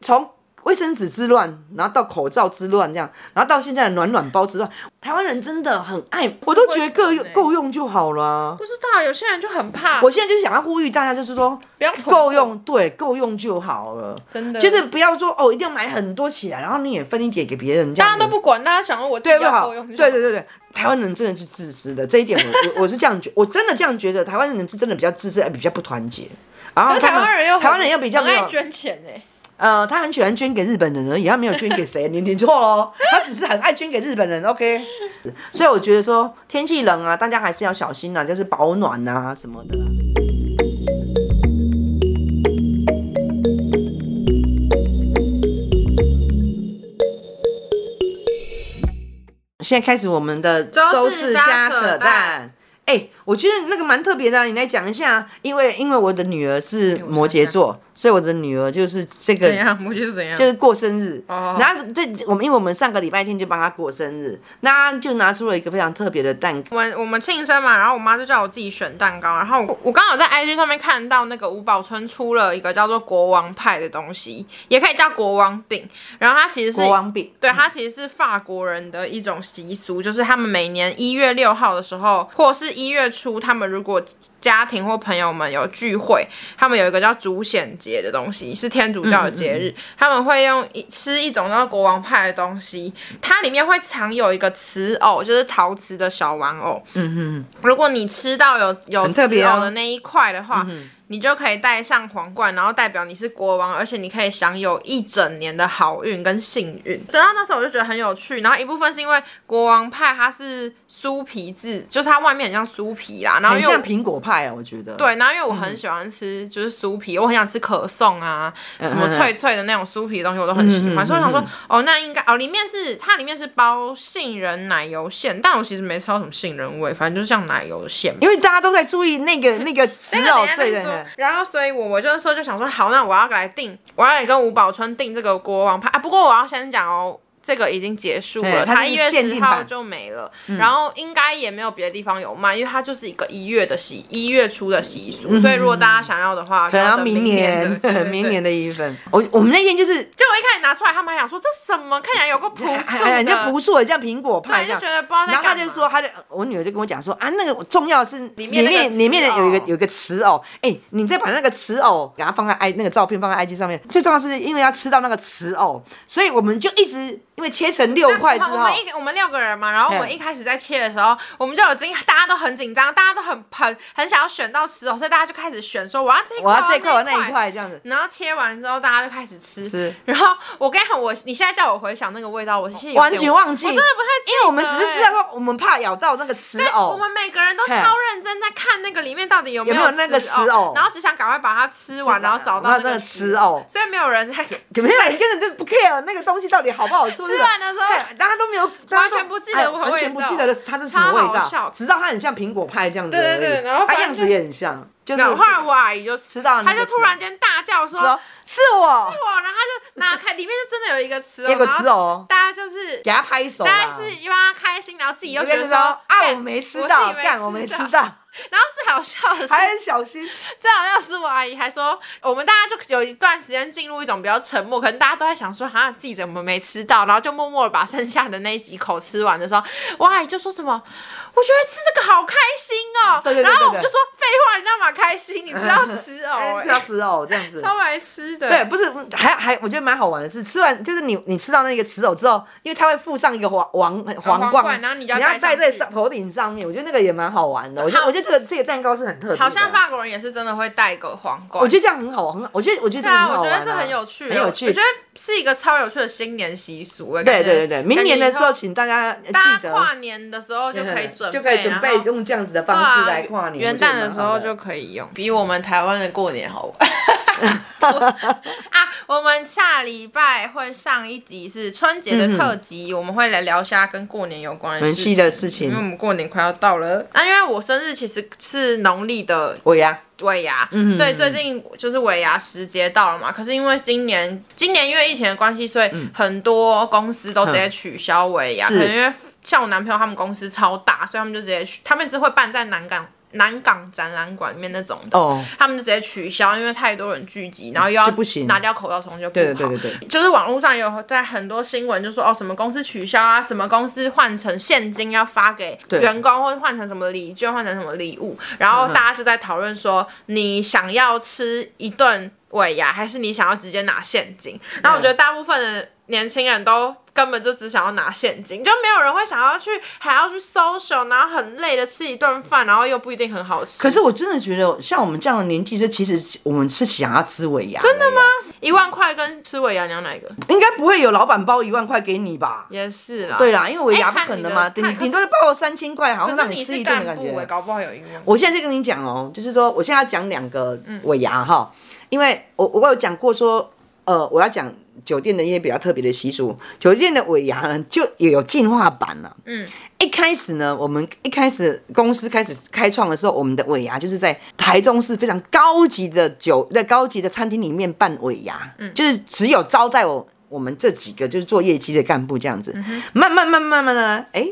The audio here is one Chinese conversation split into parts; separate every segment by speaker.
Speaker 1: 从卫生纸之乱，然后到口罩之乱这样，然后到现在的暖暖包之乱，台湾人真的很爱，我都觉得够
Speaker 2: 欸
Speaker 1: 用够用就好了。啊
Speaker 2: 不知道，有些人就很怕，
Speaker 1: 我现在就是想要呼吁大家，就是说
Speaker 2: 不要
Speaker 1: 够用，对，够用就好了。
Speaker 2: 真的
Speaker 1: 就是不要说哦，一定要买很多起来，然后你也分一点给别人，这
Speaker 2: 大
Speaker 1: 样
Speaker 2: 家都
Speaker 1: 子
Speaker 2: 不管，大家想要我自己
Speaker 1: 对不
Speaker 2: 要
Speaker 1: 好？
Speaker 2: 够用
Speaker 1: 对
Speaker 2: 就好，
Speaker 1: 对对对，台湾人真的是自私的，这一点我我我是这样觉， 我真的这样觉得，台湾人是真的比较自私，比较不团结。然后
Speaker 2: 可是
Speaker 1: 他
Speaker 2: 台
Speaker 1: 们
Speaker 2: 湾人又很
Speaker 1: 台湾人又比较
Speaker 2: 很
Speaker 1: 没有
Speaker 2: 爱捐钱哎、
Speaker 1: 呃，他很喜欢捐给日本人而已，他没有捐给谁，你你错喽， 他只是很爱捐给日本人，OK。所以我觉得说天气冷啊，大家还是要小心啊，就是保暖啊什么的啊。现在开始我们的
Speaker 2: 周
Speaker 1: 氏
Speaker 2: 氏
Speaker 1: 瞎
Speaker 2: 瞎
Speaker 1: 扯
Speaker 2: 扯
Speaker 1: 淡
Speaker 2: 淡。
Speaker 1: 哎、我觉得那个蛮特别的啊、你来讲一下，因为因为我的女儿是摩羯座，所以我的女儿就是这个
Speaker 2: 怎样？我觉得怎样？
Speaker 1: 就是过生日。
Speaker 2: 啊哦
Speaker 1: 然后这我们因为我们上个礼拜天就帮他过生日，那就拿出了一个非常特别的蛋糕。
Speaker 2: 我们我们庆生嘛，然后我妈就叫我自己选蛋糕，然后我我刚好在 IG 上面看到那个五宝村出了一个叫做国王派的东西，也可以叫国王饼，然后它其实是
Speaker 1: 国王饼，
Speaker 2: 对，它其实是法国人的一种习俗，就是他们每年一月六号的时候，或是一月初，他们如果家庭或朋友们有聚会，他们有一个叫主显节的东西，是天主教的节
Speaker 1: 嗯
Speaker 2: 日，他们会用一吃一种叫国王派的东西，它里面会藏有一个瓷偶，就是陶瓷的小玩偶。嗯哼，如果你吃到有有
Speaker 1: 很特
Speaker 2: 瓷
Speaker 1: 别哦
Speaker 2: 偶的那一块的
Speaker 1: 嗯
Speaker 2: 话，你就可以戴上皇冠，然后代表你是国王，而且你可以享有一整年的好运跟幸运。等到那时候我就觉得很有趣，然后一部分是因为国王派它是酥皮制，就是它外面很像酥皮啦，然后
Speaker 1: 很
Speaker 2: 因为
Speaker 1: 像嗯
Speaker 2: 我
Speaker 1: 苹果派啊，我觉得。，
Speaker 2: 对，然后因为我很喜欢吃就是酥皮，我很想吃可颂啊，什
Speaker 1: 嗯
Speaker 2: 么脆脆的那种酥皮的东西，我都很喜欢。所以我想说，哦，那应该哦，里面是它里面是包杏仁奶油馅，但我其实没吃到什么杏仁味，反正就是像奶油的馅。
Speaker 1: 因为大家都在注意那 个那个吃
Speaker 2: 那个
Speaker 1: 哦
Speaker 2: 等一，下
Speaker 1: 所以
Speaker 2: 再说，然后所以我我就是说就想说，好，那我要来定，我要来跟吴宝春定这个国王派啊。不过我要先讲哦。这个已经结束
Speaker 1: 对
Speaker 2: 了，
Speaker 1: 它
Speaker 2: 它
Speaker 1: 是
Speaker 2: 一月
Speaker 1: 限
Speaker 2: 十
Speaker 1: 定
Speaker 2: 号
Speaker 1: 版嗯
Speaker 2: 就没了，然后应该也没有别的地方有卖，因为它就是一个一月的习，一月初的习俗，所以如果大家想要的话，可
Speaker 1: 嗯可能要明
Speaker 2: 哦年
Speaker 1: 年
Speaker 2: 的，对对对
Speaker 1: 明年的一份。我我们那天就是，
Speaker 2: 就我一开始拿出来，他们还想说这什么，看起来有个朴 素
Speaker 1: 哎呀，
Speaker 2: 的，
Speaker 1: 人家朴素的像苹果派这
Speaker 2: 对，就
Speaker 1: 样
Speaker 2: 觉。得不知道在
Speaker 1: 然
Speaker 2: 干
Speaker 1: 后
Speaker 2: 嘛。
Speaker 1: 他就说，他的我女儿就跟我讲说啊，那个重要是里
Speaker 2: 面那个哦
Speaker 1: 面里面的
Speaker 2: 瓷偶
Speaker 1: 有一个有一个瓷偶，哎、你再把那个瓷偶给它放在 i 那个照片放在 IG 上面，最重要是因为要吃到那个瓷偶，所以我们就一直因为切成六块之
Speaker 2: 我
Speaker 1: 后
Speaker 2: 们，一我们六个人嘛，然后我们
Speaker 1: 嘿
Speaker 2: 一开始在切的时候，我们就有经大家都很紧张，大家都很很很想要选到十哦，所以大家就开始选说我要这一
Speaker 1: 我
Speaker 2: 块，
Speaker 1: 要这一块我
Speaker 2: 我
Speaker 1: 要那一。块这样子
Speaker 2: 然后切完之后，大家就开始吃。
Speaker 1: 吃，
Speaker 2: 然后我跟你讲，我你现在叫我回想那个味道，我现在有点
Speaker 1: 完全忘记，
Speaker 2: 我真的不太记得
Speaker 1: 因为我们只是知道
Speaker 2: 欸
Speaker 1: 说我们怕咬到那个哦瓷
Speaker 2: 对我
Speaker 1: 偶，
Speaker 2: 们每个人都
Speaker 1: 嘿
Speaker 2: 超认真在看那个里面到底有没
Speaker 1: 有没有那个
Speaker 2: 吃哦
Speaker 1: 吃藕
Speaker 2: 然后只想赶快把它吃完，然后找到
Speaker 1: 那
Speaker 2: 那
Speaker 1: 个哦
Speaker 2: 个
Speaker 1: 瓷偶。
Speaker 2: 所以没有人在
Speaker 1: 可没有人根本就不 care 那个东西到底好不好 吃，
Speaker 2: 吃完的时候
Speaker 1: 嘿哎大家都没有，大家都
Speaker 2: 完全不记得
Speaker 1: 哎
Speaker 2: 我
Speaker 1: 完全
Speaker 2: 味
Speaker 1: 不
Speaker 2: 道
Speaker 1: 记得它是什么味
Speaker 2: 超好
Speaker 1: 道
Speaker 2: 笑，
Speaker 1: 直到它很像苹果派这样子而
Speaker 2: 对
Speaker 1: 已，
Speaker 2: 对对然后
Speaker 1: 它
Speaker 2: 反
Speaker 1: 样
Speaker 2: 正
Speaker 1: 子也很像，就是
Speaker 2: 然后后来我阿姨就
Speaker 1: 吃到那个
Speaker 2: 她就突然间大叫说：“
Speaker 1: 说是我，
Speaker 2: 哇！”然后她就拿开，里面就真的有一个瓷
Speaker 1: 结
Speaker 2: 偶，
Speaker 1: 果
Speaker 2: 然
Speaker 1: 吃
Speaker 2: 后
Speaker 1: 哦，
Speaker 2: 大家就是
Speaker 1: 给他拍手啊啦，
Speaker 2: 大家是又要开心，然后自己又
Speaker 1: 有
Speaker 2: 觉
Speaker 1: 些
Speaker 2: 得
Speaker 1: 人
Speaker 2: 说
Speaker 1: 说啊
Speaker 2: 干
Speaker 1: 我没吃
Speaker 2: 哎我自己
Speaker 1: 到，干我没吃到，
Speaker 2: 然后最好笑 的是，哦
Speaker 1: 还很小心，
Speaker 2: 最好笑是我阿姨还说，我们大家就有一段时间进入一种比较沉默，可能大家都在想说，哈，自己怎么没吃到，然后就默默的把剩下的那几口吃完的时候，我阿姨就说什么，我觉得吃这个好开心哦，
Speaker 1: 对对对对
Speaker 2: 然后我
Speaker 1: 对
Speaker 2: 们就说废话，你那么开心，你知道吃 藕、
Speaker 1: 哎
Speaker 2: 欸，
Speaker 1: 吃到吃哦这样子，
Speaker 2: 超白痴的，
Speaker 1: 对，不是，嗯还还我觉得蛮好玩的是，吃完就是你你吃到那个瓷藕之后，因为它会附上一个皇王皇
Speaker 2: 皇
Speaker 1: 冠，
Speaker 2: 冠然后你就要
Speaker 1: 你要
Speaker 2: 戴上
Speaker 1: 戴在
Speaker 2: 去
Speaker 1: 上头顶上面，我觉得那个也蛮好玩的。我觉得我觉得这个这个蛋糕是很特别的，
Speaker 2: 好像法国人也是真的会戴个皇冠。
Speaker 1: 我觉得这样很好玩，很好我觉得我觉得这
Speaker 2: 对
Speaker 1: 个
Speaker 2: 啊，
Speaker 1: 很好
Speaker 2: 我觉
Speaker 1: 玩、
Speaker 2: 得这很有趣，
Speaker 1: 很有
Speaker 2: 我
Speaker 1: 趣
Speaker 2: 觉。得是一个超有趣的新年习俗。哎
Speaker 1: 对
Speaker 2: 感觉
Speaker 1: 对对对，明年的时候
Speaker 2: 感觉以后
Speaker 1: 请大家呃
Speaker 2: 大
Speaker 1: 记
Speaker 2: 家
Speaker 1: 得
Speaker 2: 跨年的时候就可以准 备，
Speaker 1: 就可以准备
Speaker 2: 然后
Speaker 1: 用这样子的
Speaker 2: 对
Speaker 1: 方
Speaker 2: 啊
Speaker 1: 式来跨年。
Speaker 2: 元
Speaker 1: 我觉得
Speaker 2: 旦的
Speaker 1: 蛮
Speaker 2: 时
Speaker 1: 好
Speaker 2: 候
Speaker 1: 的
Speaker 2: 就可以用，比我们台湾的过 年好玩。啊，我们下礼拜会上一集是春节的特辑，我们会来聊一下跟过年有关的
Speaker 1: 很
Speaker 2: 事
Speaker 1: 嗯细
Speaker 2: 情，
Speaker 1: 的事情
Speaker 2: 因为我们过年快要到了。那、因为我生日其实是农历的
Speaker 1: 我呀，
Speaker 2: 尾牙，所以最近就是尾牙时节到了嘛。可是因为今年今年因为疫情的关系，所以很多公司都直接取消尾牙。
Speaker 1: 是
Speaker 2: 可能因为像我男朋友他们公司超大，所以他们就直接去，他们是会办在南港南港展览馆里面那种的，
Speaker 1: 哦，
Speaker 2: 他们就直接取消，因为太多人聚集，然后又要
Speaker 1: 就不行
Speaker 2: 拿掉口罩虫就不好。
Speaker 1: 对对对对对，
Speaker 2: 就是网络上有在很多新闻就说哦，什么公司取消啊，什么公司换成现金要发给
Speaker 1: 对嗯
Speaker 2: 员工，或者换成什么礼券，换成什么礼物，然后大家就在讨论说，你想要吃一顿尾牙，还是你想要直接拿现金？然后我觉得大部分的年轻人都。根本就只想要拿现金，就没有人会想要去还要去 social，然后很累的吃一顿饭，然后又不一定很好吃。
Speaker 1: 可是我真的觉得，像我们这样的年纪，是其实我们是想要吃尾牙。真的吗？
Speaker 2: 一万块跟吃尾牙，你要哪一个？
Speaker 1: 应该不会有老板包一万块给你吧？
Speaker 2: 也是啦。
Speaker 1: 对啦，因为尾牙
Speaker 2: 哎
Speaker 1: 不
Speaker 2: 看
Speaker 1: 可
Speaker 2: 你
Speaker 1: 能
Speaker 2: 的
Speaker 1: 嘛，
Speaker 2: 看
Speaker 1: 顶
Speaker 2: 可是
Speaker 1: 顶多包我三千块，好
Speaker 2: 可
Speaker 1: 像
Speaker 2: 是
Speaker 1: 让
Speaker 2: 你
Speaker 1: 吃
Speaker 2: 是
Speaker 1: 一顿的感
Speaker 2: 干部哎、
Speaker 1: 觉。
Speaker 2: 搞不好有一万。
Speaker 1: 我现在就跟你讲哦，就是说我现在要讲两个尾牙哈，因为我我有讲过说，呃，我要讲酒店的一些比较特别的习俗，酒店的尾牙呢就也有进化版了。
Speaker 2: 嗯，
Speaker 1: 一开始呢，我们一开始公司开始开创的时候，我们的尾牙就是在台中市非常高级的酒，在高级的餐厅里面办尾牙，嗯，就是只有招待我我们这几个就是做业绩的干部这样子。慢慢慢慢慢慢呢，哎、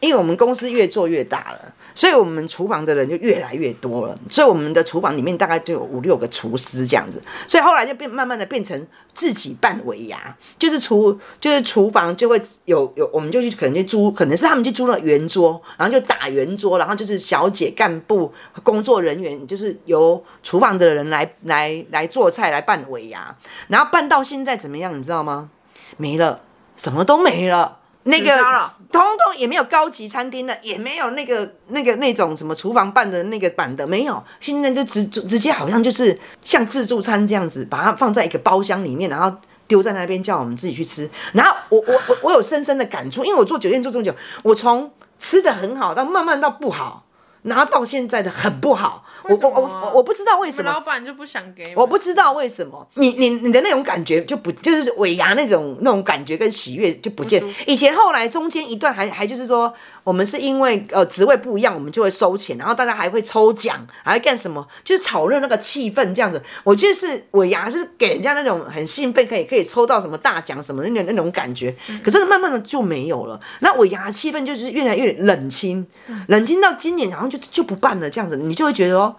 Speaker 1: 因为我们公司越做越大了，所以我们厨房的人就越来越多了，所以我们的厨房里面大概就有五六个厨师这样子，所以后来就变慢慢的变成自己办尾牙，就是厨就是厨房就会有有，我们就去可能就租，可能是他们去租了圆桌，然后就打圆桌，然后就是小姐干部工作人员就是由厨房的人来来来做菜来办尾牙，然后办到现在怎么样，你知道吗？没了，什么都没了。那个
Speaker 2: 取消了
Speaker 1: 通通也没有高级餐厅的，也没有那个那个那种什么厨房办的那个版的，没有。现在就直直接好像就是像自助餐这样子，把它放在一个包厢里面，然后丢在那边叫我们自己去吃。然后我我我我有深深的感触，因为我做酒店做这么久，我从吃的很好到慢慢到不好，然后到现在的很不好，我我我我我不知道为
Speaker 2: 你
Speaker 1: 什
Speaker 2: 们
Speaker 1: 么
Speaker 2: 老。板就不想给
Speaker 1: 我
Speaker 2: 我
Speaker 1: 不知道为什么，你你你的那种感觉就不就是尾牙那种那种感觉跟喜悦就不见
Speaker 2: 不舒。
Speaker 1: 以前后来中间一段还还就是说，我们是因为呃职位不一样，我们就会收钱，然后大家还会抽奖，还会干什么，就是炒热那个气氛这样子。我觉得是尾牙是给人家那种很兴奋，可以可以抽到什么大奖什么的那种那种感觉。
Speaker 2: 嗯
Speaker 1: 可是慢慢的就没有了，那尾牙气氛就是越来越冷清，
Speaker 2: 嗯
Speaker 1: 冷清到今年好像就就不办了这样子，你就会觉得哦。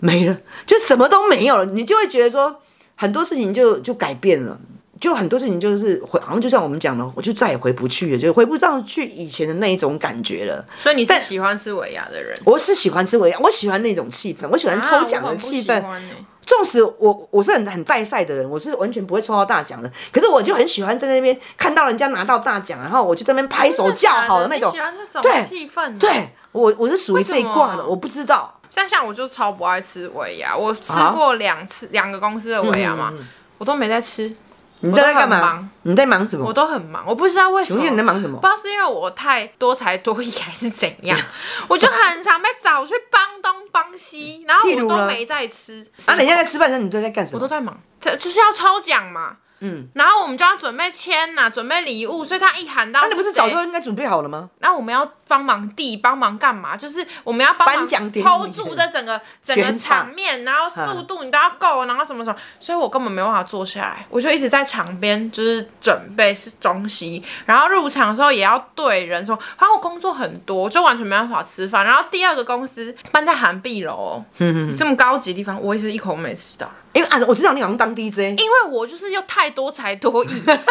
Speaker 1: 没了，就什么都没有了，你就会觉得说很多事情就就改变了，就很多事情就是回，好像就像我们讲的，我就再也回不去了，就回不上去以前的那一种感觉了。
Speaker 2: 所以你是喜欢吃尾牙的人。
Speaker 1: 我是喜欢吃尾牙，我喜欢那种气氛，我喜欢抽奖的气氛。
Speaker 2: 啊我很不喜欢欸
Speaker 1: 纵使我我是很很带赛的人，我是完全不会抽到大奖的，可是我就很喜欢在那边看到人家拿到大奖，然后我就在那边拍哎手叫好的那种
Speaker 2: 你喜。欢这种
Speaker 1: 对
Speaker 2: 气氛、啊？
Speaker 1: 对，我我是属于这一挂
Speaker 2: 为什
Speaker 1: 的，
Speaker 2: 么
Speaker 1: 我不知道。
Speaker 2: 像像我就超不爱吃尾牙，我吃
Speaker 1: 啊
Speaker 2: 过两次两个公司的尾牙嘛，我都没在吃，
Speaker 1: 嗯你都在干
Speaker 2: 我都很
Speaker 1: 嘛
Speaker 2: 忙？
Speaker 1: 你在忙什么
Speaker 2: 我？都很忙，我不知道为什
Speaker 1: 哦请
Speaker 2: 么。
Speaker 1: 问你在忙什么
Speaker 2: 不？知道是因为我太多才多艺还是怎样， 我就很常被找去帮东帮西，然后
Speaker 1: 譬
Speaker 2: 我
Speaker 1: 如
Speaker 2: 都
Speaker 1: 呢
Speaker 2: 没在吃。
Speaker 1: 啊，人家在吃饭的时候，你都在干什么
Speaker 2: 我都？在忙，这就是要抽奖嘛。
Speaker 1: 嗯，
Speaker 2: 然后我们就要准备签呐、准备礼物，所以他一喊到，
Speaker 1: 啊那、你不是早就应该准备好了吗？
Speaker 2: 那我们要帮忙递，帮忙干嘛？就是我们要帮
Speaker 1: 颁
Speaker 2: 忙
Speaker 1: 奖典礼
Speaker 2: hold 住这整 个整个
Speaker 1: 全场嗯
Speaker 2: 场面，然后速度你都要够，然后什么什么，所以我根本没有办法坐下来，我就一直在场边就是准备是东西，然后入场的时候也要对人说，反正我工作很多，我就完全没办法吃饭。然后第二个公司搬在韩碧楼、 哦，这么高级的地方，我也是一口没吃到。
Speaker 1: 因为啊，我知道你好像当 DJ，
Speaker 2: 因为我就是又太多才 多艺，然后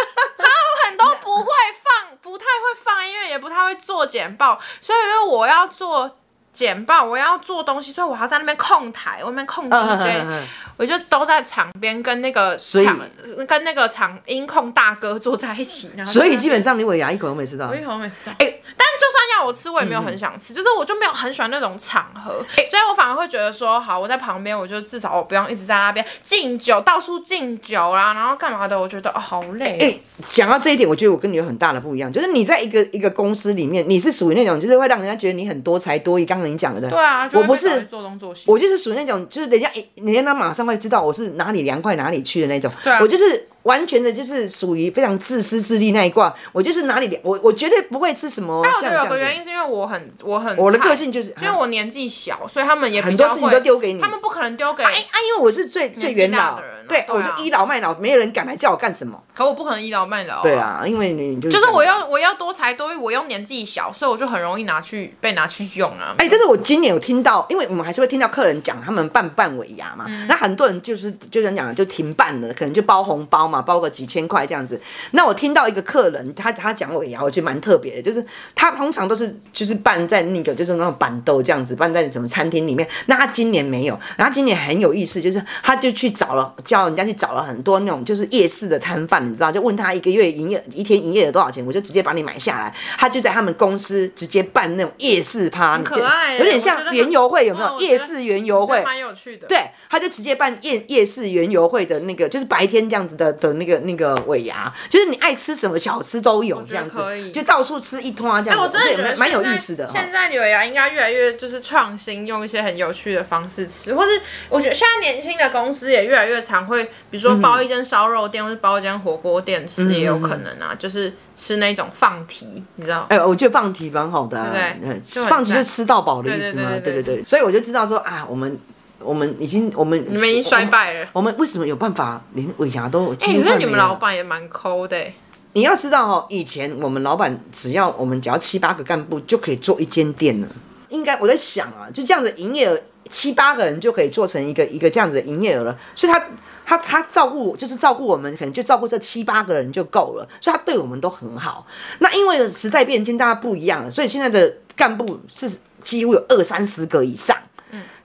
Speaker 2: 很多不会放，不太会放音乐，也不太会做简报，所以因为我要做简报，我要做东西，所以我还要在那边控台，我那边
Speaker 1: 嗯
Speaker 2: 控 DJ，、我就都在场边跟那个
Speaker 1: 所以
Speaker 2: 场跟那个场音控大哥坐在一起，然后
Speaker 1: 所
Speaker 2: 就
Speaker 1: 以
Speaker 2: 在
Speaker 1: 基本上你尾牙一口都没吃到
Speaker 2: 我。一口都没吃到。
Speaker 1: 哎嗯
Speaker 2: 但就算要我吃，我也没有很想吃，就是我就没有很喜欢那种场合，
Speaker 1: 哎
Speaker 2: 所以我反而会觉得说，好，我在旁边，我就至少我不用一直在那边敬酒，到处敬酒啦，然后干嘛的，我觉得哦好累。
Speaker 1: 哎，讲到这一点，我觉得我跟你有很大的不一样，就是你在一个一个公司里面，你是属于那种就是会让人家觉得你很多才多艺。刚刚你讲的，
Speaker 2: 对啊，就
Speaker 1: 我不
Speaker 2: 会被找去
Speaker 1: 是。
Speaker 2: 做东做西，
Speaker 1: 我就是属于那种，就是人家一人家马上会知道我是哪里凉快哪里去的那种。
Speaker 2: 对啊
Speaker 1: 我就是完全的，就是属于非常自私自利那一挂。我就是哪里凉，我我绝对不会吃什么
Speaker 2: 但我
Speaker 1: 像
Speaker 2: 觉
Speaker 1: 这
Speaker 2: 得
Speaker 1: 样
Speaker 2: 有个原
Speaker 1: 子。
Speaker 2: 因是因为我很我很
Speaker 1: 我的
Speaker 2: 菜
Speaker 1: 个性就是，
Speaker 2: 因为
Speaker 1: 啊
Speaker 2: 我年纪小，所以他们也比
Speaker 1: 很多
Speaker 2: 较
Speaker 1: 事情
Speaker 2: 会
Speaker 1: 都丢给你
Speaker 2: 他们不可能丢给
Speaker 1: 啊啊，因为我是最最元
Speaker 2: 年纪大
Speaker 1: 老
Speaker 2: 的人啊，
Speaker 1: 对，
Speaker 2: 对啊
Speaker 1: 我就倚老卖老，没有人敢来叫我干什么。
Speaker 2: 可我不可能一劳半劳、
Speaker 1: 对，啊，因为你就
Speaker 2: 就是
Speaker 1: 这样
Speaker 2: 我要我要多才多艺，我又年纪小，所以我就很容易拿去被拿去用啊。
Speaker 1: 哎、但是我今年有听到，因为我们还是会听到客人讲他们办不办尾牙嘛，那很多人就是就像讲的就停办了，可能就包红包嘛，包个几千块这样子。那我听到一个客人，他他讲尾牙，我觉得蛮特别的，就是他通常都是就是办在那个就是那种板凳这样子，办在什么餐厅里面。那他今年没有，然后他今年很有意思，就是他就去找了叫人家去找了很多那种就是夜市的摊贩，你知道，就问他一个月营业一天营业额多少钱，我就直接把你买下来。他就在他们公司直接办那种夜市趴，
Speaker 2: 很可爱欸
Speaker 1: 有点
Speaker 2: 我觉得
Speaker 1: 像
Speaker 2: 很
Speaker 1: 园游会，有没
Speaker 2: 哦
Speaker 1: 有？
Speaker 2: 我觉得
Speaker 1: 夜市园游
Speaker 2: 这
Speaker 1: 会，
Speaker 2: 蛮有趣的。，
Speaker 1: 对，他就直接办夜夜市园游会的那个，就是白天这样子的的那个那个尾牙，就是你爱吃什么小吃都有
Speaker 2: 我觉得
Speaker 1: 这样子
Speaker 2: 可以，
Speaker 1: 就到处吃一通啊这样
Speaker 2: 哎，
Speaker 1: 子，
Speaker 2: 我真的
Speaker 1: 也
Speaker 2: 觉得
Speaker 1: 蛮蛮有
Speaker 2: 现在
Speaker 1: 意思的哈。
Speaker 2: 现在女牙应该越来越就是创新，用一些很有趣的方式吃，或是我觉得现在年轻的公司也越来越常会，比如说
Speaker 1: 嗯
Speaker 2: 包一间烧肉店，或是包一间火锅店吃，也有可能啊，就是吃那种放题，你知道。
Speaker 1: 哎、我觉得放题蛮好的、啊，
Speaker 2: 对不对
Speaker 1: 嗯
Speaker 2: 就很
Speaker 1: 放题就
Speaker 2: 赞
Speaker 1: 是吃到饱的意思嘛，
Speaker 2: 对对对对
Speaker 1: 对所以我就知道说啊，我们我们已经我们
Speaker 2: 你们已经衰败了
Speaker 1: 我们，我哎们为什么有办法连尾牙都几
Speaker 2: 哎、
Speaker 1: 乎
Speaker 2: 你
Speaker 1: 快
Speaker 2: 说
Speaker 1: 没
Speaker 2: 你们
Speaker 1: 了
Speaker 2: 老板也蛮抠的、欸，
Speaker 1: 你要知道哦，以前我们老板只要我们只要七八个干部就可以做一间店了。应该我在想啊，就这样子营业额七八个人就可以做成一个一个这样子的营业额了，所以他他他照顾就是照顾我们，可能就照顾这七八个人就够了，所以他对我们都很好。那因为时代变迁，大家不一样了，所以现在的干部是几乎有二三十个以上。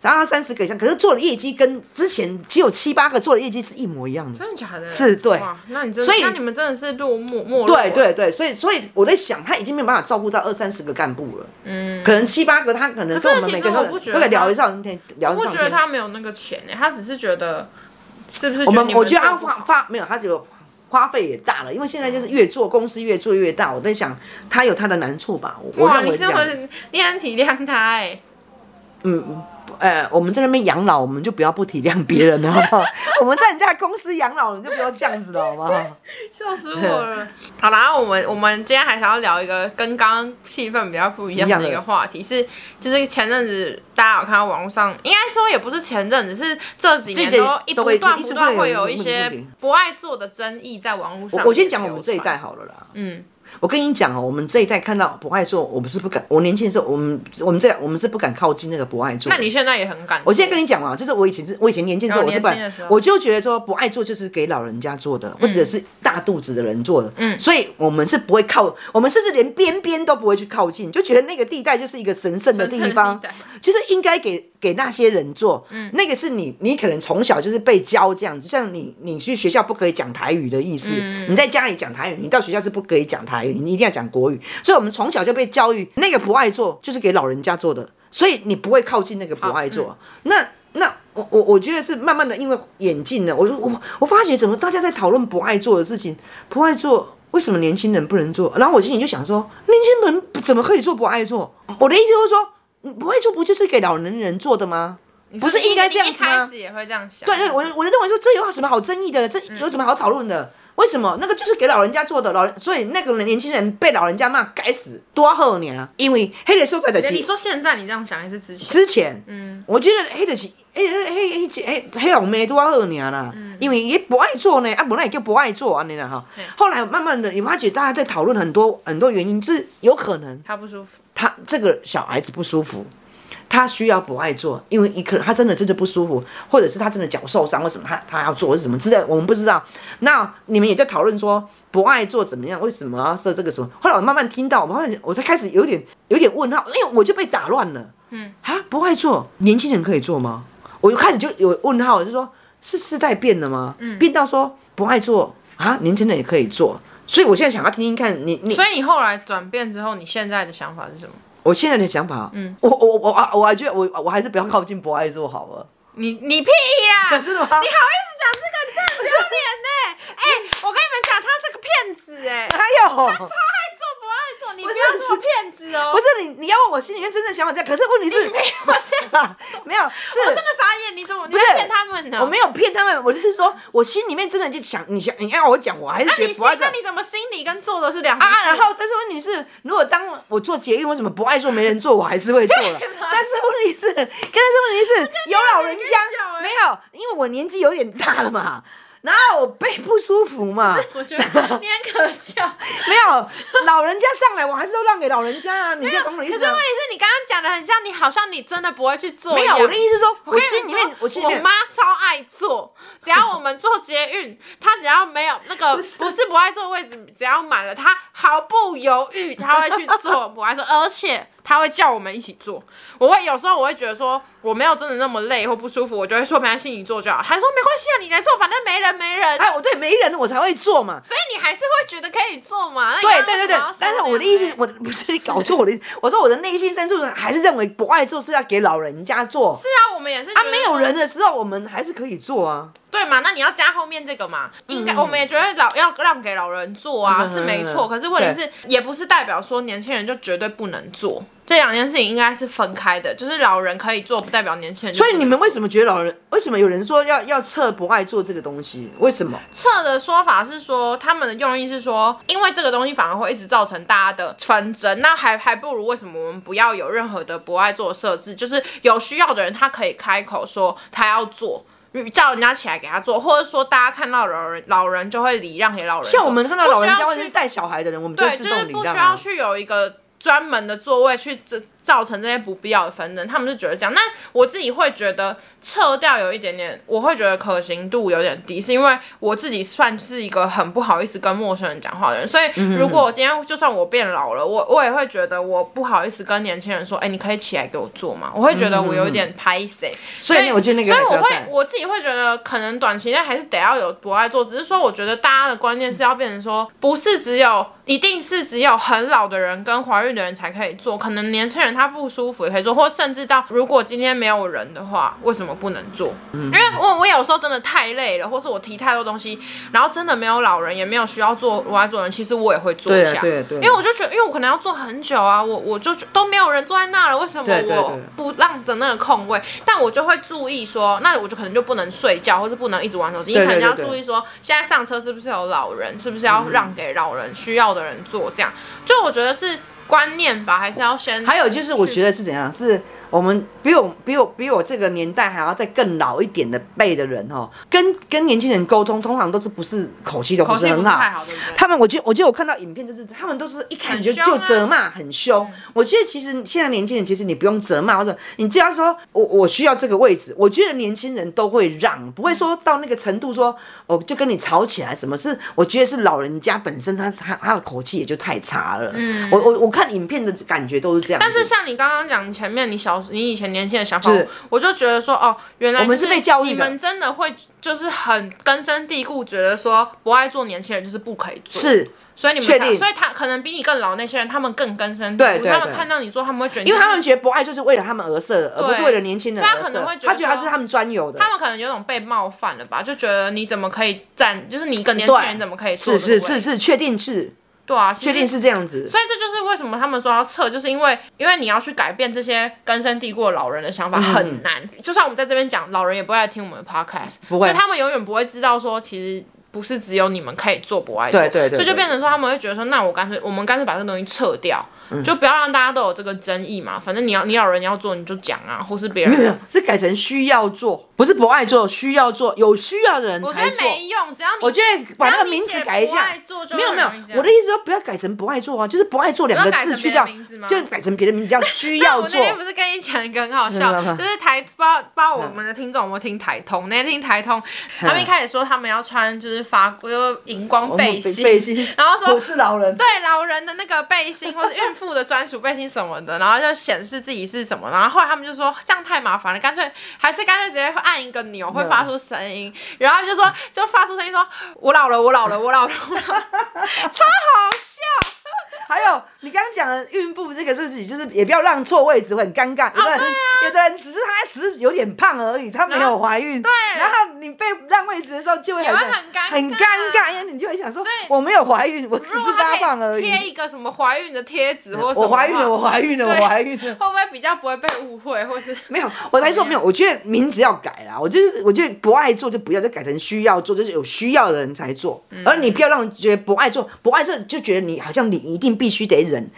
Speaker 1: 然后三十个以上，可是做的业绩跟之前只有七八个做的业绩是一模一样的。
Speaker 2: 真的假的？
Speaker 1: 是对
Speaker 2: 哇，那你真的，
Speaker 1: 所以
Speaker 2: 那你们真的是落寞没落。
Speaker 1: 对，对对，所以所以我在想，他已经没有办法照顾到二三十个干部了，嗯，可能七八个，他可能
Speaker 2: 可是
Speaker 1: 跟我们
Speaker 2: 其
Speaker 1: 每
Speaker 2: 实
Speaker 1: 个人
Speaker 2: 我
Speaker 1: 都
Speaker 2: 不觉
Speaker 1: 都
Speaker 2: 得
Speaker 1: 可以聊
Speaker 2: 他
Speaker 1: 一上天，聊一
Speaker 2: 我
Speaker 1: 上
Speaker 2: 觉得
Speaker 1: 天。
Speaker 2: 他没有那个钱呢、他只是觉得是不是？
Speaker 1: 我们
Speaker 2: 你
Speaker 1: 我觉得他
Speaker 2: 做不
Speaker 1: 花
Speaker 2: 好
Speaker 1: 花没有，他只有花费也大了，因为现在就是越做公司越做越大，我在想他有他的难处吧，我我
Speaker 2: 哇，
Speaker 1: 认为
Speaker 2: 啊你
Speaker 1: 是这
Speaker 2: 这
Speaker 1: 样。
Speaker 2: 么你很体谅他哎、
Speaker 1: 呃，我们在那边养老，我们就不要不体谅别人了，好不好？ 我们在人家的公司养老，你就不要这样子了，好不好？
Speaker 2: 笑死我了！ 好啦，我们我们今天还想要聊一个跟刚刚气氛比较不一样的一个话题，是就是前阵子大家有看到网络上，应该说也不是前阵子，是这几年
Speaker 1: 这几
Speaker 2: 都一
Speaker 1: 都
Speaker 2: 不
Speaker 1: 会
Speaker 2: 断
Speaker 1: 一直
Speaker 2: 不断
Speaker 1: 会
Speaker 2: 会
Speaker 1: 有
Speaker 2: 有一
Speaker 1: 问
Speaker 2: 些
Speaker 1: 题
Speaker 2: 不爱做的争议在网
Speaker 1: 我
Speaker 2: 络上面流传。
Speaker 1: 我先讲我们这一代好了啦。
Speaker 2: 嗯，
Speaker 1: 我跟你讲哦，我们这一代看到不爱做，我们是不敢。我年轻的时候，我们我们这我们是不敢靠近那个不爱做。
Speaker 2: 那你现在也很敢做？
Speaker 1: 我现在跟你讲啊，就是我以前是，我以前年轻的时候，
Speaker 2: 哦
Speaker 1: 我是不然
Speaker 2: 年轻的时候
Speaker 1: 我就觉得说不爱做就是给老人家做的，或者是大肚子的人做的，嗯，所以我们是不会靠，我们甚至连边边都不会去靠近，就觉得那个地带就是一个神圣的地方，
Speaker 2: 神圣地带
Speaker 1: 就是应该给给那些人做，嗯，那个是你你可能从小就是被教这样子，像你你去学校不可以讲台语的意思，你在家里讲台语，你到学校是不可以讲台语，你一定要讲国语，所以我们从小就被教育，那个不爱做就是给老人家做的，所以你不会靠近那个不爱做，那。那我我我觉得是慢慢的，因为演进了，我就我我发觉怎么大家在讨论不爱做的事情，不爱做。为什么年轻人不能做？然后我心里就想说，年轻人不怎么可以做不爱做？我的意思就是说，你嗯不爱做不就是给老年人做的吗？不是应该这样
Speaker 2: 你一
Speaker 1: 子吗
Speaker 2: 开？始也嗯会这样想。
Speaker 1: 对对，我我就认为说这有什么好争议的？这有什么好讨论的？为什么那个就是给老人家做的？老人，所以那个年轻人被老人家骂，该死，多后年啊！因为黑的时候在的
Speaker 2: 你说现在你这样想还是之前？
Speaker 1: 之前，嗯，我觉得迄就是，迄迄迄迄迄红妹拄啊好尔啦，
Speaker 2: 嗯
Speaker 1: 因为伊不爱做呢，啊，本来也就不爱做安尼啦哈。后来慢慢的，你发觉大家在讨论很多很多原因，是有可能
Speaker 2: 他不舒服，
Speaker 1: 他这个小孩子不舒服，他需要不爱做，因为一可能他真的真的不舒服，或者是他真的脚受伤，为什么他他要做，或者什么之类的，我们不知道。那你们也在讨论说不爱做怎么样，为什么要设这个什么？后来我慢慢听到，我慢慢我才开始有点有点问号，因为我就被打乱了。嗯，啊，不爱做，年轻人可以做吗？我就开始就有问号，我就说是世代变了吗？嗯，变到说不爱做啊，年轻人也可以做。所以我现在想要听听看你你
Speaker 2: 所以你后来转变之后，你现在的想法是什么？
Speaker 1: 我现在的想法，嗯，我我我我我还觉得我我还是不要靠近博爱做好了，
Speaker 2: 你你屁啦！
Speaker 1: 真的吗？
Speaker 2: 你好意思讲这个？你真的很丢脸呢！哎、我跟你们讲，他是个骗 子哎、他
Speaker 1: 还有，
Speaker 2: 爱做不爱做，你不要做骗子哦！
Speaker 1: 不是你你要问我心里面真正想法这样，可是问题是，
Speaker 2: 你没有这样，
Speaker 1: 没有
Speaker 2: 我真
Speaker 1: 是。
Speaker 2: 的傻眼，你怎么你
Speaker 1: 不是
Speaker 2: 在骗他们呢？
Speaker 1: 我没有骗他们，我就是说，我心里面真的就想，你想，你要我讲，我还是
Speaker 2: 那
Speaker 1: 觉
Speaker 2: 你
Speaker 1: 得
Speaker 2: 心
Speaker 1: 不爱做
Speaker 2: 那你怎么心里跟做的是两回事
Speaker 1: 啊。然后，但是问题是，如果当我做捷运，我怎么不爱做，没人做，我还是会 做
Speaker 2: 啊
Speaker 1: 了。但是 问题是，但是问题是，有老人
Speaker 2: 越笑
Speaker 1: 家
Speaker 2: 欸
Speaker 1: 没有，因为我年纪有点大了嘛。哪有背不舒服嘛？
Speaker 2: 我觉得你很可笑。
Speaker 1: 没有，老人家上来我还是都让给老人家啊。 你在懂我
Speaker 2: 可
Speaker 1: 的意
Speaker 2: 是问题
Speaker 1: 思吗？
Speaker 2: 是你刚刚讲的很像，你好像你真的不会去做
Speaker 1: 没
Speaker 2: 一
Speaker 1: 有，
Speaker 2: 样。
Speaker 1: 我的意思是说，
Speaker 2: 我
Speaker 1: 我
Speaker 2: 跟
Speaker 1: 心
Speaker 2: 你
Speaker 1: 里
Speaker 2: 说
Speaker 1: 面，我心里面
Speaker 2: 我妈超爱坐， 只要我们坐捷运，她只要没有那个
Speaker 1: 不是
Speaker 2: 不是不爱坐位置，只要满了，她毫不犹豫，她会去坐不爱坐， 而且她会叫我们一起坐。我会有时候我会觉得说我没有真的那么累或不舒服，我就会说没关系，你坐就好。她说没关系啊，你来坐，反正没人没人，
Speaker 1: 哎，我对没人我才会做嘛。
Speaker 2: 所以你还是会觉得可以坐嘛。那你
Speaker 1: 对
Speaker 2: 刚刚
Speaker 1: 对对对
Speaker 2: 为什么要，啊
Speaker 1: 但是
Speaker 2: 说
Speaker 1: 我的
Speaker 2: 那样
Speaker 1: 意思
Speaker 2: 呢，
Speaker 1: 我的不是你搞错我的意思，我说我的内心深处还是认为不爱做是要给老人家做。
Speaker 2: 是啊，我们也是
Speaker 1: 啊
Speaker 2: 觉，得
Speaker 1: 没有
Speaker 2: 说
Speaker 1: 人的时候我们还是可以做啊。
Speaker 2: 对嘛？那你要加后面这个嘛？应该、我们也觉得老要让给老人做啊，
Speaker 1: 嗯
Speaker 2: 是没错。
Speaker 1: 嗯
Speaker 2: 可是问题是，也不是代表说年轻人就绝对不能做。这两件事情应该是分开的，就是老人可以做，不代表年轻人就不
Speaker 1: 所
Speaker 2: 能。
Speaker 1: 以你们为什么觉得老人？为什么有人说要要测不爱做这个东西？为什么？
Speaker 2: 撤的说法是说，他们的用意是说，因为这个东西反而会一直造成大家的纷争，那还还不如为什么我们不要有任何的不爱做的设置？就是有需要的人他可以开口说他要做。叫人家起来给他做，或者说大家看到老人老人就会礼让给老人做。
Speaker 1: 像我们看到老人家
Speaker 2: 不
Speaker 1: 或
Speaker 2: 需
Speaker 1: 者
Speaker 2: 要
Speaker 1: 是
Speaker 2: 去
Speaker 1: 带小孩的人，我们就
Speaker 2: 对，
Speaker 1: 会自
Speaker 2: 就是
Speaker 1: 动礼
Speaker 2: 不需
Speaker 1: 让
Speaker 2: 要
Speaker 1: 啊。
Speaker 2: 去有一个专门的座位去这造成这些不必要的纷争，他们是觉得这样。那我自己会觉得撤掉有一点点，我会觉得可行度有点低，是因为我自己算是一个很不好意思跟陌生人讲话的人，所以如果我今天就算我变老了，我我也会觉得我不好意思跟年轻人说，哎、你可以起来给我坐吗？我会觉得我有一点拍谁、
Speaker 1: 所以我觉得那个
Speaker 2: 所以
Speaker 1: 还是
Speaker 2: 我
Speaker 1: 要
Speaker 2: 会
Speaker 1: 在。
Speaker 2: 我自己会觉得，可能短期内还是得要有博爱做，只是说我觉得大家的观念是要变成说，不是只有一定是只有很老的人跟怀孕的人才可以做，可能年轻人他不舒服也可以做，或甚至到如果今天没有人的话，为什么不能做？
Speaker 1: 嗯
Speaker 2: 因为我我有时候真的太累了，或是我提太多东西，然后真的没有老人也没有需要做我爱做的人，其实我也会做一
Speaker 1: 对
Speaker 2: 下，
Speaker 1: 啊对啊对啊
Speaker 2: 因为我就觉得，因为我可能要做很久啊，我我就觉都没有人坐在那了，为什么
Speaker 1: 对对
Speaker 2: 我
Speaker 1: 对
Speaker 2: 不让着那个空位？但我就会注意说，那我就可能就不能睡觉，或是不能一直玩手机，你
Speaker 1: 对
Speaker 2: 可
Speaker 1: 对
Speaker 2: 能要
Speaker 1: 对对
Speaker 2: 注意说，现在上车是不是有老人，是不是要让给老人需要的人坐？这样，就我觉得是观念吧，还是要先
Speaker 1: 还有就是，我觉得是怎样？是我们比我比我比我这个年代还要再更老一点的辈的人哦，跟跟年轻人沟通，通常都是不是口气都
Speaker 2: 口
Speaker 1: 不
Speaker 2: 气
Speaker 1: 是
Speaker 2: 不
Speaker 1: 很
Speaker 2: 是
Speaker 1: 好
Speaker 2: 太。好，对不对？
Speaker 1: 他们，我觉得，我觉得我看到影片，就是他们都是一开始就
Speaker 2: 很凶
Speaker 1: 就
Speaker 2: 啊嗯
Speaker 1: 责骂，很凶。我觉得其实现在年轻人，其实你不用责骂，或者你只要说我我需要这个位置，我觉得年轻人都会让，不会说到那个程度说哦就跟你吵起来。什么是？我觉得是老人家本身他他他的口气也就太差了。嗯，我我我看影片的感觉都是这样子。
Speaker 2: 但是像你刚刚讲前面，你小你以前年轻的想法
Speaker 1: 是，
Speaker 2: 我就觉得说哦，原来
Speaker 1: 我们
Speaker 2: 就是
Speaker 1: 被教育的
Speaker 2: 你们真的会就是很根深蒂固，觉得说不爱做年轻人就是不可以做，，
Speaker 1: 是
Speaker 2: 所以你们
Speaker 1: 确
Speaker 2: 才
Speaker 1: 定
Speaker 2: 所以他可能比你更老那些人，他们更根深蒂固，
Speaker 1: 对对
Speaker 2: 他们
Speaker 1: 对
Speaker 2: 看到你做，他们会觉得你
Speaker 1: 因为
Speaker 2: 是
Speaker 1: 他们觉得不爱就是为了他们而设的，而不是为了年轻人
Speaker 2: 所以他
Speaker 1: 而
Speaker 2: 可能
Speaker 1: 设
Speaker 2: 会。觉得
Speaker 1: 他觉得他
Speaker 2: 说
Speaker 1: 是他们专有的。
Speaker 2: 他们可能有种被冒犯了吧，就觉得你怎么可以站，就是你一个年轻人
Speaker 1: 对
Speaker 2: 怎么可以坐
Speaker 1: 是
Speaker 2: 这个
Speaker 1: 是
Speaker 2: 位
Speaker 1: 是是，确定是
Speaker 2: 对啊，确
Speaker 1: 确定是这样子。
Speaker 2: 所以这就是为什么他们说要撤，就是因为因为你要去改变这些根深蒂固的老人的想
Speaker 1: 嗯
Speaker 2: 法很难。就算我们在这边讲，老人也不会来听我们的 podcast，
Speaker 1: 不会
Speaker 2: 所以他们永远不会知道说其实。不是只有你们可以做不爱做，
Speaker 1: 对对对
Speaker 2: 所以就
Speaker 1: 对
Speaker 2: 变成说他们会觉得说，那我干脆我们干脆把这个东西撤掉，
Speaker 1: 嗯
Speaker 2: 就不要让大家都有这个争议嘛。反正你要你老人要做你就讲啊，或是别
Speaker 1: 没有没
Speaker 2: 人
Speaker 1: 有，，是改成需要做，不是不爱做，需要做，有需要的人
Speaker 2: 我觉
Speaker 1: 才
Speaker 2: 得
Speaker 1: 做。
Speaker 2: 没用，只要你
Speaker 1: 我觉得把
Speaker 2: 只要
Speaker 1: 那个
Speaker 2: 你
Speaker 1: 名字
Speaker 2: 写
Speaker 1: 改一
Speaker 2: 不
Speaker 1: 下
Speaker 2: 爱做就
Speaker 1: 没有
Speaker 2: 很
Speaker 1: 没有
Speaker 2: 容易这，样
Speaker 1: 我的意思说不要改成不爱做啊，就是不爱做两个
Speaker 2: 不要改
Speaker 1: 字
Speaker 2: 成
Speaker 1: 去
Speaker 2: 别的
Speaker 1: 掉
Speaker 2: 名字吗，
Speaker 1: 就改成别的名字叫需
Speaker 2: 那
Speaker 1: 要
Speaker 2: 我那
Speaker 1: 做。
Speaker 2: 天不是跟你讲一个很好 笑
Speaker 1: 嗯嗯嗯，
Speaker 2: 就是台不知道不知道我们的听众有没有听台通？那天听 台通，他们一开始说他们要穿就是发就是荧光
Speaker 1: 我
Speaker 2: 背
Speaker 1: 们
Speaker 2: 心，
Speaker 1: 背心，
Speaker 2: 然后说
Speaker 1: 我是老人，
Speaker 2: 对老人的那个背心或者孕妇的专属背心什么的，然后就显示自己是什么，然后后来他们就说这样太麻烦了，干脆还是干脆直接按一个钮会发出声 音，然后他们就说就发出声音说我老了我老了 我老了我老了，超好笑。
Speaker 1: 还有你刚刚讲的孕妇这个事情，就是也不要让错位置，会很尴尬。有的人、有的人只是她只是有点胖而已，她没
Speaker 2: 哦啊然后
Speaker 1: 有怀孕。
Speaker 2: 对
Speaker 1: 然后你被让位置的时候，就会很
Speaker 2: 也会很尴尬
Speaker 1: 很尴尬，因为你就会想说
Speaker 2: 所以
Speaker 1: 我没有怀孕，我只
Speaker 2: 如
Speaker 1: 是
Speaker 2: 果他
Speaker 1: 发胖
Speaker 2: 可以
Speaker 1: 而已。
Speaker 2: 贴一个什么怀孕的贴纸或什
Speaker 1: 我
Speaker 2: 么的话，
Speaker 1: 怀孕了，我怀孕 了，
Speaker 2: 对
Speaker 1: 我怀孕了。
Speaker 2: 会不会比较不会被误会，或是
Speaker 1: 没有，我才说没有。我觉得名字要改啦，我就是我觉得不爱做就不要，就改成需要做，就是有需要的人才做。而你不要让人觉得不爱做，不爱做就觉得你好像你一定必须得忍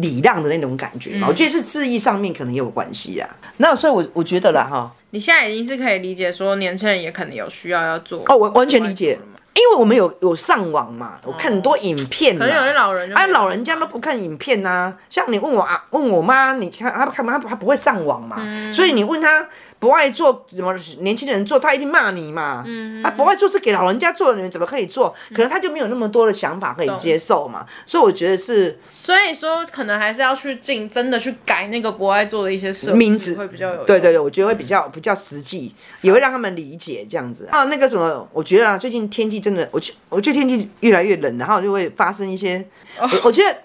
Speaker 1: 礼让的那种感觉嘛。我觉得是字义上面可能也有关系啊啦。那所以我，我觉得啦哈，
Speaker 2: 你现在已经是可以理解说年轻人也可能有需要要做
Speaker 1: 哦，我完全理解
Speaker 2: 外出了嘛，
Speaker 1: 因为我们有有上网嘛，我看很多影片嘛
Speaker 2: 可。能有些老人就
Speaker 1: 哎，
Speaker 2: 没有
Speaker 1: 老人家都不看影片呐、像你问我啊，问我妈，你看她看她她不会上网嘛，
Speaker 2: 嗯
Speaker 1: 所以你问她不爱做怎么年轻人做，她一定骂你嘛。嗯，她不爱做是给老人家做的，你们怎么可以做？可能她就没有那么多的想法可以接受嘛。所以我觉得是
Speaker 2: 所以说可能还是要去进，真的去改那个不爱做的一些事，
Speaker 1: 名字
Speaker 2: 会比较有用
Speaker 1: 对对对，我觉得会比较比较实际，也会让他们理解这样子
Speaker 2: 嗯
Speaker 1: 啊。那个什么，我觉得啊，最近天气真的，我觉我觉得天气越来越冷，然后就会发生一些，
Speaker 2: 哦
Speaker 1: 我我觉得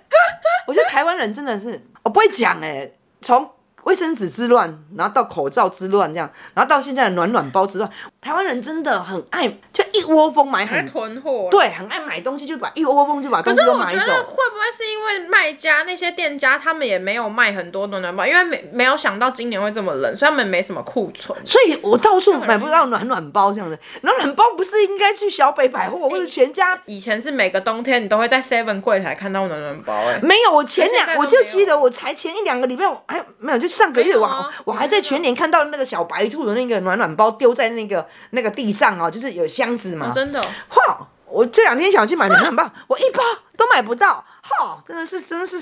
Speaker 1: 我觉得台湾人真的是我不会讲哎、从。卫生纸之乱，然后到口罩之乱，这样，然后到现在的暖暖包之乱，台湾人真的很爱，就一窝蜂买
Speaker 2: 还
Speaker 1: 很，
Speaker 2: 囤货。。啊
Speaker 1: 对，很爱买东西，就把一窝蜂就把东
Speaker 2: 哎可
Speaker 1: 西
Speaker 2: 是
Speaker 1: 都
Speaker 2: 我
Speaker 1: 买
Speaker 2: 觉
Speaker 1: 走。
Speaker 2: 得会不会是因为卖家那些店家他们也没有卖很多暖暖包，因为没没有想到今年会这么冷，所以他们没什么库存。
Speaker 1: 所以我到处买不到暖暖包这样的。暖暖包不是应该去小北百货或者全家？
Speaker 2: 以前是每个冬天你都会在 Seven 柜台看到暖暖包、哎，
Speaker 1: 没有，我前
Speaker 2: 现在
Speaker 1: 两
Speaker 2: 都
Speaker 1: 我就
Speaker 2: 没有
Speaker 1: 记得我才前一两个礼拜，我还没有，就上个月
Speaker 2: 没有
Speaker 1: 我
Speaker 2: 啊
Speaker 1: 我还在全年看到那个小白兔的那个暖暖包丢在那个那个地上哦，就是有箱子嘛。
Speaker 2: 真的哦。
Speaker 1: 哈，我这两天想去买暖 暖包，我一包都买不到，哈，真的是真的是。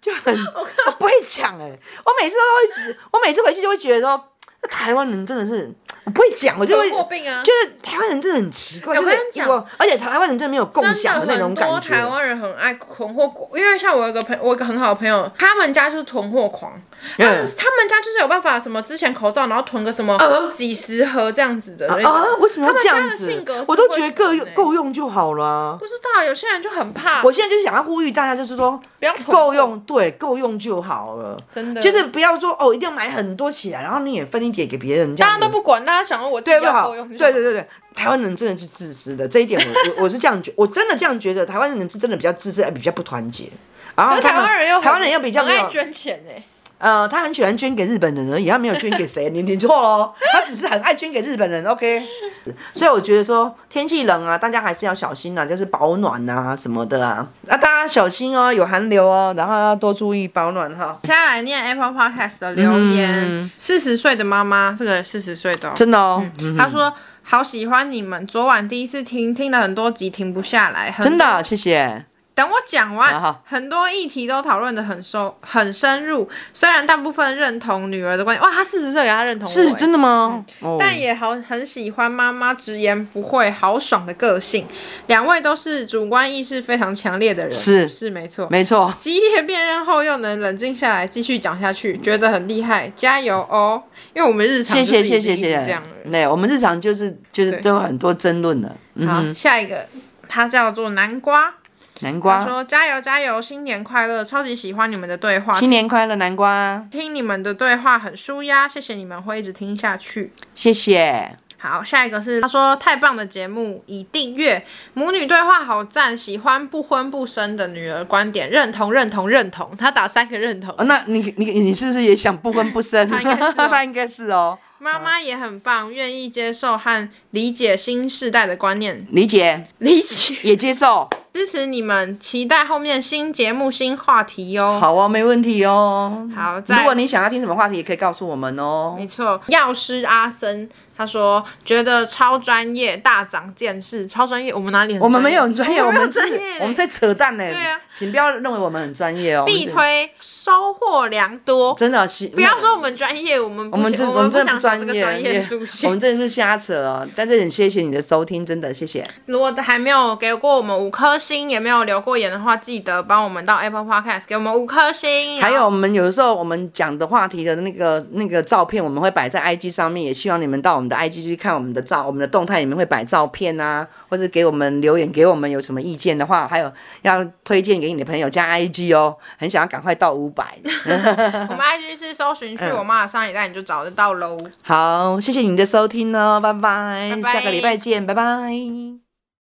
Speaker 1: 就 很，我不会讲哎、我每次都会，我每次回去就会觉得说，台湾人真的是，我不会讲，我就会
Speaker 2: 囤货病啊
Speaker 1: 就是台湾人真的很奇怪，
Speaker 2: 哎
Speaker 1: 就
Speaker 2: 我
Speaker 1: 是
Speaker 2: 跟你讲
Speaker 1: 一窝而且台湾人真的没有共享
Speaker 2: 真
Speaker 1: 那
Speaker 2: 的
Speaker 1: 种
Speaker 2: 很多
Speaker 1: 感觉。
Speaker 2: 台湾人很爱囤货，因为像我有一个朋，我有一个很好的朋友，他们家就是囤货狂，他们、
Speaker 1: 嗯
Speaker 2: 他们家就是有办法什么之前口罩，然后囤个什么
Speaker 1: 呃
Speaker 2: 几十盒这样子的那种。
Speaker 1: 啊，为什么要这样
Speaker 2: 他们家的
Speaker 1: 子
Speaker 2: 性格是？
Speaker 1: 我都
Speaker 2: 会
Speaker 1: 觉得
Speaker 2: 这
Speaker 1: 够
Speaker 2: 样
Speaker 1: 用
Speaker 2: 欸
Speaker 1: 够用就好了啊。
Speaker 2: 不知道，有些人就很怕，
Speaker 1: 我现在就是想要呼吁大家，就是说
Speaker 2: 不要囤货
Speaker 1: 够用，对，够用就好了。
Speaker 2: 真的
Speaker 1: 就是不要说哦，一定要买很多起来，然后你也分一点给别人，这
Speaker 2: 大
Speaker 1: 样
Speaker 2: 家
Speaker 1: 子
Speaker 2: 都不管，大家想要我自己
Speaker 1: 对不
Speaker 2: 要
Speaker 1: 好
Speaker 2: 够用就。
Speaker 1: 对对对对，台湾人真的是自私的，这一点我我我是这样觉，我真的这样觉得，台湾人是真的比较自私，哎比较不团结。然后
Speaker 2: 可
Speaker 1: 他
Speaker 2: 是台
Speaker 1: 们
Speaker 2: 湾人又很
Speaker 1: 台湾人又比较
Speaker 2: 很
Speaker 1: 没
Speaker 2: 爱
Speaker 1: 有，
Speaker 2: 捐钱哎、
Speaker 1: 呃，他很喜欢捐给日本人而已，他没有捐给谁，你你错喽，他只是很爱捐给日本人，OK。所 以我觉得说天气冷啊，大家还是要小心啊，就是保暖啊什么的啊，那、大家小心哦，有寒流哦，然后要多注意保暖哈、
Speaker 2: 现在来念 Apple Podcast 的留
Speaker 1: 嗯
Speaker 2: 言，四十岁的妈妈，这个四十岁的、哦，
Speaker 1: 真的哦，
Speaker 2: 她说好喜欢你们，昨晚第一次听，听了很多集，停不下来，很
Speaker 1: 真的，啊谢谢。
Speaker 2: 等我讲完，
Speaker 1: 啊好
Speaker 2: 很多议题都讨论的很深很深入，虽然大部分认同女儿的观点，哇，她四十岁给她认同我
Speaker 1: 是
Speaker 2: 欸
Speaker 1: 真的吗？哦
Speaker 2: 但也好很喜欢妈妈直言不讳、豪爽的个性。两位都是主观意识非常强烈的人，
Speaker 1: 是
Speaker 2: 是没错。
Speaker 1: 没错，
Speaker 2: 激烈辨认后又能冷静下来继续讲下去，觉得很厉害，加油哦！因为我们日常
Speaker 1: 谢谢
Speaker 2: 就是
Speaker 1: 谢
Speaker 2: 一直
Speaker 1: 谢
Speaker 2: 一直
Speaker 1: 谢
Speaker 2: 这
Speaker 1: 谢
Speaker 2: 样的。人
Speaker 1: 对，我们日常就是就是
Speaker 2: 对
Speaker 1: 都有很多争论的，嗯，
Speaker 2: 好，下一个，他叫做南瓜，
Speaker 1: 南
Speaker 2: 他
Speaker 1: 瓜，
Speaker 2: 说加油加油，新年快乐，超级喜欢你们的对话，
Speaker 1: 新年快乐，南瓜，
Speaker 2: 听你们的对话很舒压，谢谢你们会一直听下去。
Speaker 1: 谢谢，
Speaker 2: 好，下一个是他说太棒的节目，已订阅母女对话好赞，喜欢不婚不生的女儿观点，认同认同认同，他打三个认同
Speaker 1: 哦，。那你你你是不是也想不婚不生？
Speaker 2: 他应该是 哦
Speaker 1: 他应该是哦，
Speaker 2: 妈妈也很棒，愿意接受和理解新世代的观念，
Speaker 1: 理解
Speaker 2: 理解
Speaker 1: 也接受，
Speaker 2: 支持你们，期待后面新节目新话题哟、
Speaker 1: 好哦，没问题哦。
Speaker 2: 好，
Speaker 1: 如
Speaker 2: 再
Speaker 1: 果你想要听什么话题，也可以告诉我们哦。
Speaker 2: 没错，药师阿森他说觉得超专业，大长见识，超专业。我们哪里很
Speaker 1: 我们没有
Speaker 2: 专
Speaker 1: 很专业，
Speaker 2: 业
Speaker 1: 我
Speaker 2: 我们没有
Speaker 1: 们是
Speaker 2: 专业，
Speaker 1: 我们在扯淡呢。
Speaker 2: 对啊
Speaker 1: 请不要认为我们很专业哦。
Speaker 2: 必
Speaker 1: 我们是
Speaker 2: 推收获良多。
Speaker 1: 真的是
Speaker 2: 不要说我们专业，我们不
Speaker 1: 我们这
Speaker 2: 我们
Speaker 1: 真的
Speaker 2: 想
Speaker 1: 不
Speaker 2: 走这
Speaker 1: 专
Speaker 2: 个
Speaker 1: 业，
Speaker 2: 专业路
Speaker 1: 我们
Speaker 2: 线。
Speaker 1: 真的是瞎扯哦。但是很谢谢你的收听，真的谢谢。
Speaker 2: 如果还没有给过我们五颗星，也没有留过言的话，记得帮我们到 Apple Podcast 给我们五颗星。然
Speaker 1: 还
Speaker 2: 后
Speaker 1: 有我们有的时候我们讲的话题的那个那个照片，我们会摆在 IG 上面，也希望你们到我们的 IG 去看我们的照，我们的动态里面会摆照片啊，或者给我们留言，给我们有什么意见的话，还有要推荐给你的朋友加 IG 哦，很想要赶快到五百。
Speaker 2: 我们 IG 是搜寻
Speaker 1: 嗯
Speaker 2: 去我妈的商业代，你就找得到喽。
Speaker 1: 好，谢谢你的收听哦，拜拜，
Speaker 2: 拜拜
Speaker 1: 下个礼拜见，拜拜。